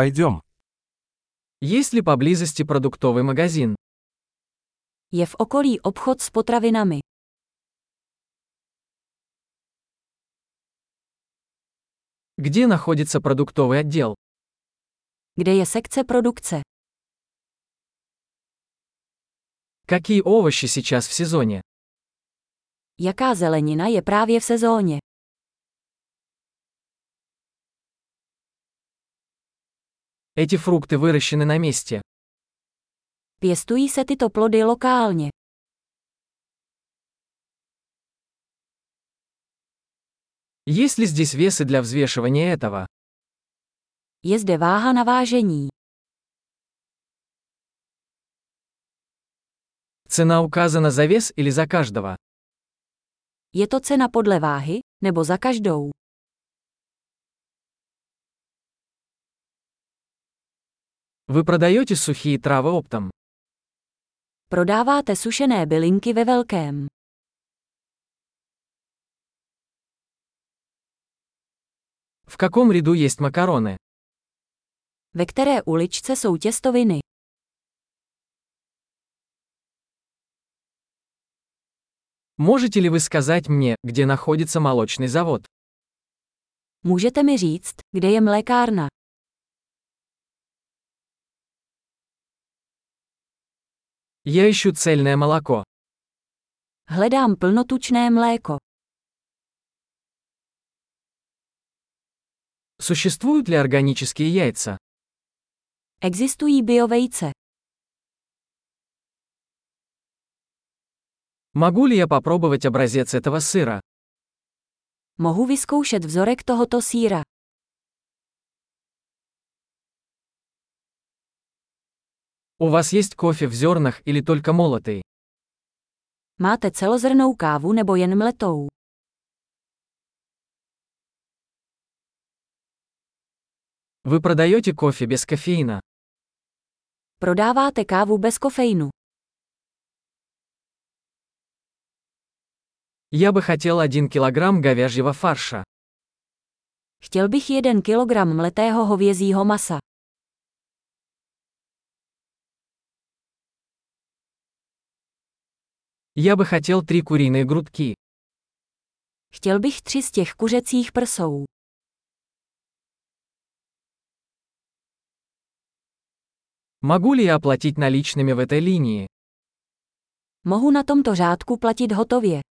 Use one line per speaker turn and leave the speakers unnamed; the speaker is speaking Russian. Пойдем.
Есть ли поблизости продуктовый магазин?
Je v okolí obchod s potravinami.
Где находится продуктовый отдел?
Kde je sekce produkce?
Какие овощи сейчас в сезоне?
Jaká zelenina je právě v sezóně?
Эти фрукты выращены на месте.
Pěstují se tyto plody lokálně.
Есть ли здесь весы для взвешивания этого?
Je zde váha na vážení.
Цена указана за вес или за каждого?
Je to cena podle váhy, nebo za každou.
Вы продаете сухие травы оптом?
Prodáváte sušené bylinky ve velkém.
В каком ряду есть макароны?
Ve které uličce jsou těstoviny?
Можете ли вы сказать мне, где находится молочный завод?
Můžete mi říct, kde je mlékárna?
Я ищу цельное молоко.
Hledám plnotučné mléko.
Существуют ли органические яйца?
Existují biovejce.
Могу ли я попробовать образец этого сыра?
Mohu vyzkoušet vzorek tohoto síra.
У вас есть кофе в зернах или только молотый?
Máte celozrnou kávu nebo jen mletou?
Вы продаете кофе без кофеина?
Prodáváte kávu bez kofeinu.
Я бы хотел 1 килограмм говяжьего фарша.
Chtěl bych 1 kg mletého hovězího masa.
Я бы хотел 3 куриные грудки.
Chtěl bych 3 z těch kuřecích prsou.
Могу ли я оплатить наличными в этой линии?
Mohu na tomto řádku platit hotově.